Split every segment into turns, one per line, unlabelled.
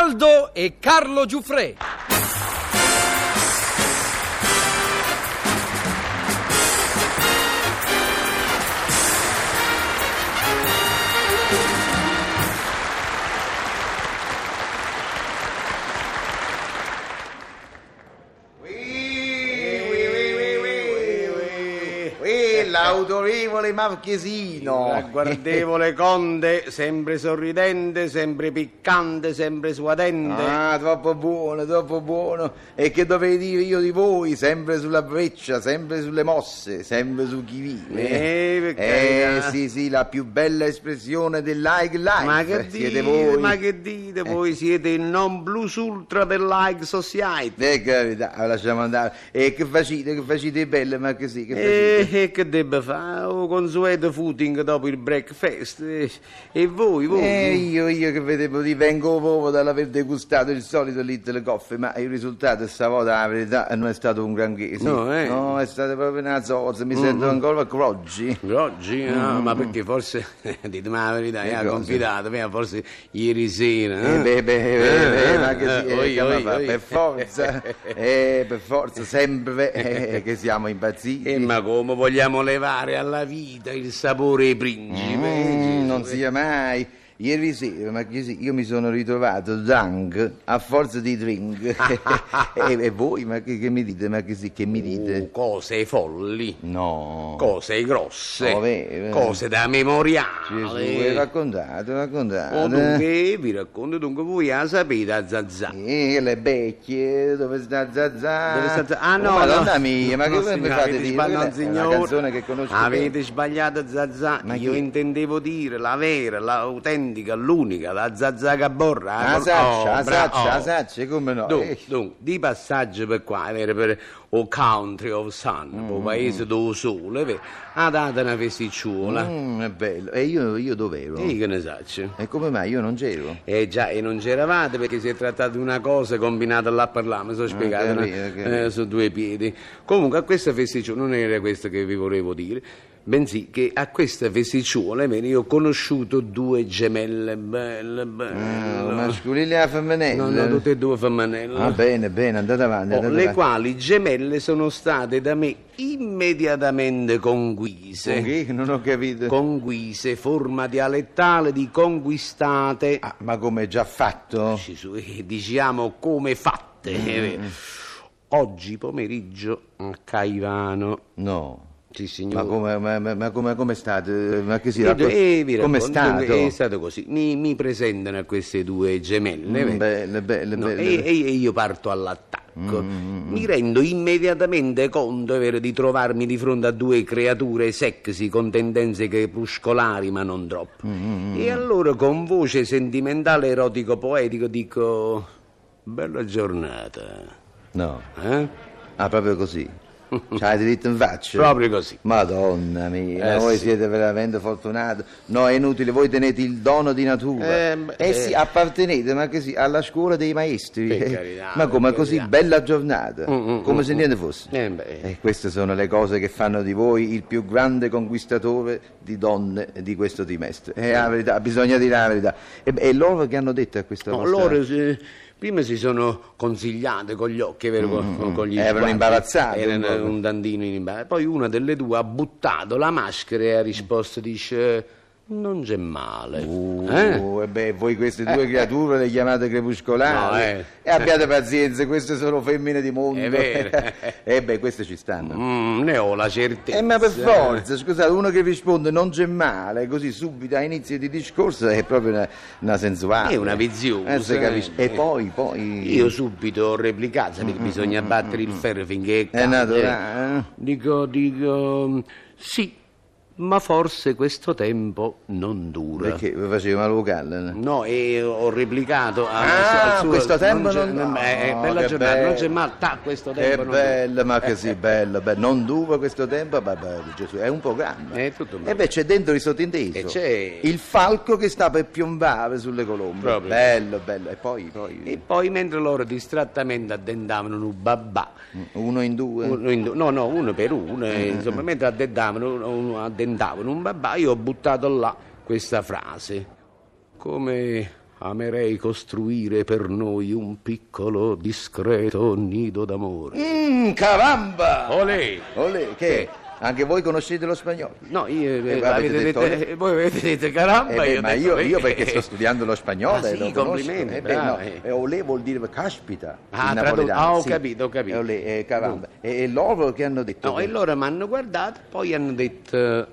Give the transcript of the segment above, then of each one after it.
Aldo e Carlo Giuffre.
Qui l'autorevole marchesino.
Guardevole conde, sempre sorridente, sempre piccante, sempre suadente.
Ah, troppo buono, troppo buono. E che dovevi dire io di voi? Sempre sulla breccia, sempre sulle mosse, sempre su chi vive.
Eh, per
eh
carità.
sì, sì, la più bella espressione del like life.
Ma che
Ah, eh, siete
dite,
voi? Eh.
ma che dite, voi siete il non plus ultra del like society.
Eh, carità, ah, lasciamo andare. E che facite, che facite belle, ma che sì, che facite?
E e Eh, che debba fare? Oh, consueto footing dopo il breakfast. eh. E voi, voi?
Eh, io, io che vedevo di vengo proprio dall'aver degustato il solito Little Coffee, ma il risultato stavolta, la verità, non è stato un granché. sì.
No, eh. Mm.
No, è stata proprio una zozza, mi sento ancora
Eh.
croggi.
Oggi? No, ma perché forse, ditemi la verità,
Che
ha
Mm. Eh, cosa?
confidato, prima forse ieri sera.
Eh,
eh?
beh, beh, beh, beh,
Eh,
ma che
eh,
si- eh,
oi,
che ma
oi,
fa?
oi.
per forza, eh, per forza, sempre eh, che siamo impazziti.
Eh, ma come vogliamo levare alla vita il sapore principe?
Mm, non sia mai. Ieri sera, ma che sì, io mi sono ritrovato drunk a forza di drink. e, e voi, ma che, che mi dite? Ma che sì, che mi
Oh,
dite?
cose folli,
No.
cose grosse,
Oh, beh, eh.
cose da
Gesù,
memoriale.
eh, raccontate, raccontate.
Oh, dunque, vi racconto, dunque voi la sapete a Zazà.
Eh, le becchie, dove sta Zazà?
Dove sta Zazà? Ah,
Oh,
no,
Madonna
no.
mia, ma che
No,
voi mi
signore,
fate
avete
dire?
sbagliato,
Quella è una
signore.
canzone che conosco
Avete
bene.
sbagliato Zazà,
Ma
io
chi?
intendevo dire la vera, l'autentica, l'unica, la Zazà Gaborra.
Ah,
col-
Saccia, ah,
oh, bra-
Saccia, ah,
oh.
Saccia, come no?
Dunque,
Eh,
dunque, di passaggio per qua, vero, per o Country of Sun,
Mm.
o Paese del Sole, vero, ha dato una festicciola.
mm, è bello. E io, io dov'ero?
E che ne sacci?
E come mai io non c'ero?
Eh già, e non c'eravate perché si è trattato di una cosa combinata là per là, mi sono spiegato, no?
capito, capito.
Eh, su due piedi. Comunque a questa festicciola, non era questo che vi volevo dire, bensì che a questa festicciola eh, io ho conosciuto due gemelle belle,
Ah,
belle.
Masculini e femminile?
no, no, tutte e due femminelle.
Ah, bene, bene, andate avanti.
Oh,
andate
le
avanti.
quali gemelle sono state da me immediatamente conquise.
Con chi? Non ho capito.
Conquise, forma dialettale di conquistate.
Ah, ma come è già fatto?
Ci su- eh, diciamo come fatte.
Mm,
eh. Oggi pomeriggio a Caivano.
No.
Sì,
Ma
signore.
come, ma, ma- ma come, come è stato? Ma che si
Ed-
racconta?
eh, vi
Come è
racconto,
stato?
dunque, È stato così. Mi, mi presentano a queste due gemelle.
Mm,
vedi.
belle, belle,
"Eh, No, eh.
belle.
e, e- e io parto all'attacco. Mi rendo immediatamente conto è vero, di trovarmi di fronte a due creature sexy con tendenze crepuscolari, ma non troppo. E allora con voce sentimentale, erotico, poetico dico: Bella giornata.
No.
eh?"
Ah, proprio così. C'hai diritto in faccia?
Proprio così.
Madonna mia,
Eh,
voi
sì.
siete veramente fortunati. No, è inutile, voi tenete il dono di natura.
Eh, beh,
Eh, sì, appartenete, ma che sì, alla scuola dei maestri.
Per
Eh,
carità,
ma come
per
così
carità.
bella giornata,
Mm, mm,
come
mm,
se niente fosse.
Eh, beh.
E queste sono le cose che fanno di voi il più grande conquistatore di donne di questo trimestre. È la verità, bisogna dire la verità. E, e loro che hanno detto a questa
No,
vostra-
loro eh, prima si sono consigliate con gli occhi, vero, con, con gli
Mm, Erano
sguardi.
imbarazzate un
Erano
po'.
un tantino in imbarazzo. Poi una delle due ha buttato la maschera e ha risposto, dice, non c'è male. Eh?
Oh, e beh, voi queste due creature le chiamate crepuscolari
No, eh.
e abbiate pazienza, queste sono femmine di mondo.
È vero.
e beh, queste ci stanno.
Mm, ne ho la certezza.
Eh, ma per forza, scusate, uno che risponde non c'è male, così subito a inizio di discorso è proprio una, una sensuale.
È una viziosa,
Eh, se capisci.
eh.
E poi, poi...
Io subito ho replicato,
Mm,
sapete, bisogna battere il ferro finché è
È
caldo.
naturale. eh?
Dico, dico, sì, ma forse questo tempo non dura.
Perché faceva vocale?
No, e ho replicato a,
Ah,
al suo-
questo tempo non-
c'è- eh, eh,
no,
bella
che
giornata, non c'è
bello.
male, ta, questo
Che
tempo non
bello, ma che sì, bello, bello. Non dura questo tempo, ma bello, Gesù, è un programma.
È tutto bello.
E beh, c'è dentro il sottinteso.
Eh. E c'è-
Il falco che sta per piombare sulle colombe.
Proprio.
Bello, bello. E poi, eh, poi,
E poi mentre loro distrattamente addentavano un babà,
uno in due.
uno in due- no, no, uno per uno, eh, insomma, mentre addentavano, uno- uno addentavano un babà, io ho buttato là questa frase, come amerei costruire per noi un piccolo, discreto nido d'amore.
Mmm, caramba!
Olè!
Olè,
Eh.
che? Anche voi conoscete lo spagnolo?
No, io,
Eh,
eh,
avete
avete
detto
detto,
olè?
eh, voi avete detto caramba,
Eh beh,
io ho
ma
detto,
io,
eh,
io perché sto
eh,
studiando lo spagnolo
Ah,
e
sì,
lo conosco.
complimenti,
eh, beh, no,
bravi.
e olè vuol dire caspita.
Ah,
in
tradotto-
napoletano,
ah, ho
sì.
capito, ho capito. Boh.
E olè, eh, caramba. E, e loro che hanno detto?
No, e loro mi hanno guardato, poi hanno detto,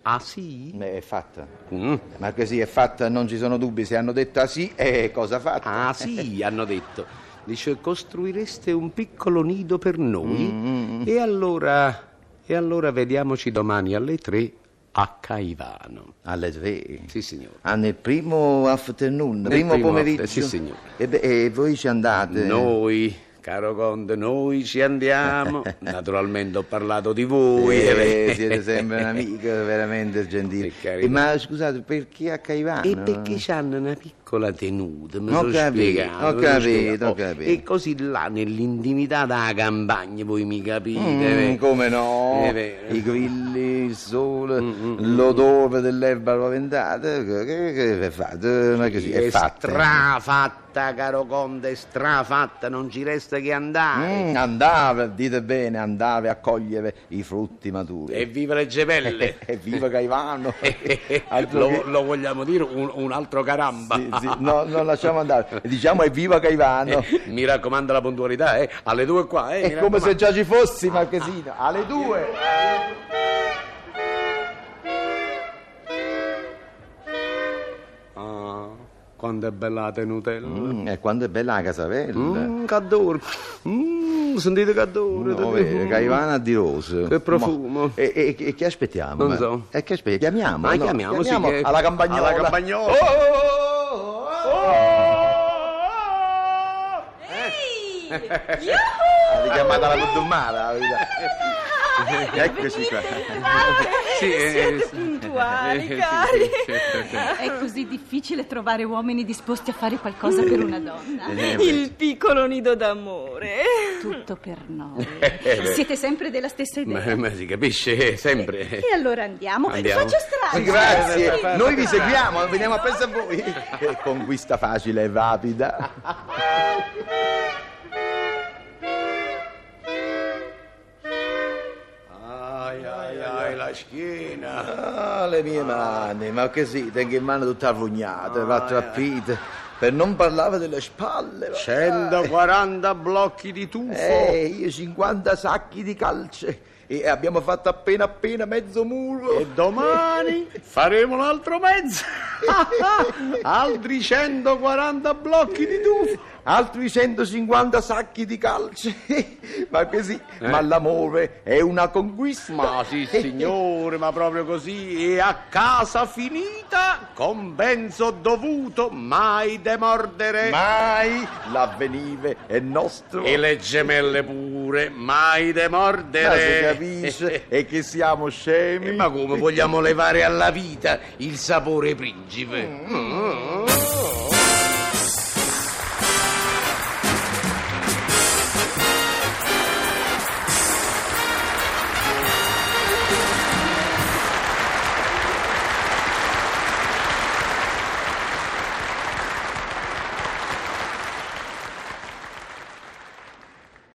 ah sì?
Eh, È fatta.
Mm.
Ma così è fatta, non ci sono dubbi. Se hanno detto ah sì, eh, cosa fatta?
Ah sì, hanno detto. Dice, costruireste un piccolo nido per
Mm,
noi? E allora, e allora vediamoci domani alle tre a Caivano.
Alle tre.
Sì, signore.
Ah, nel primo afternoon,
Nel
primo,
primo
pomeriggio.
after- sì, signore.
E, beh, e voi ci andate?
Noi, caro Conte, noi ci andiamo. Naturalmente ho parlato di voi.
Eh, siete sempre un amico veramente gentile.
Che carità.
Eh, ma scusate, perché a Caivano?
E perché hanno una piccola tenuta, mi
Ho
sono
capito,
spiegato.
ho
mi sono
capito,
spiegato.
ho capito.
E così là, nell'intimità della campagna, voi mi capite.
Mm,
eh.
come no?
Eh, beh.
I grilli, il sole,
Mm,
l'odore dell'erba roventata, che, che- che è fatto? Ma così, è
è
fatta.
strafatta, caro Conte, è strafatta, non ci resta che andare.
Mm, andava, dite bene, andava a cogliere i frutti maturi.
E viva le gemelle! Eh,
E viva Caivano! Altro
lo,
che-
lo vogliamo dire un, un altro caramba.
Sì, sì, no, non lasciamo andare. Diciamo evviva Caivano!
Mi raccomando la puntualità, eh. Alle due qua, eh. mi
È come se
raccomando.
già ci fossi, Marchesino. Alle due!
Ah, quanto è bella la tenutella.
Mm, e quando è bella la casavella!
Mmm, cadore.
Mm,
Mmm, sentite cadore.
No, vero, Caivana di rose.
Che profumo.
Ma- E, e- e che aspettiamo?
Non
ma?
so.
E che aspettiamo? Chiamiamo.
Ma
no?
chiamiamo, sì, che-
alla campagnola.
alla campagnola.
Oh, oh,
Ehi!
L'hai chiamata la condomara, la verità. Eccoci qua.
Sì, eh,
Siete
sì.
puntuali,
Eh, sì,
cari.
sì,
È così difficile trovare uomini disposti a fare qualcosa per una donna.
Eh.
Il piccolo nido d'amore.
Tutto per noi. Siete sempre della stessa idea.
Eh, Ma, ma si capisce eh, sempre.
E allora andiamo.
Andiamo.
Faccio strada.
Sì, grazie.
Sì.
Noi vi seguiamo, veniamo appresso a voi. Che conquista facile e rapida.
Ai, ai, ai, la schiena.
Ah, le mie mani, ma che sì, tengo in mano tutta arrugnata, rattrappita. Per non parlare delle spalle. va.
140 blocchi di tufo.
Eh, io 50 sacchi di calce e abbiamo fatto appena appena mezzo muro.
E domani faremo un altro mezzo. Altri 140 blocchi di tufo.
Altri 150 sacchi di calce. ma così, ma l'amore è una conquista.
Eh? Ma sì, signore, ma proprio così. E a casa finita, compenso dovuto, mai demordere.
Mai l'avvenire è nostro.
E le gemelle pure, mai
Ma si
demordere.
capisce è che siamo scemi.
Eh, Ma come vogliamo levare alla vita il sapore principe? Mm.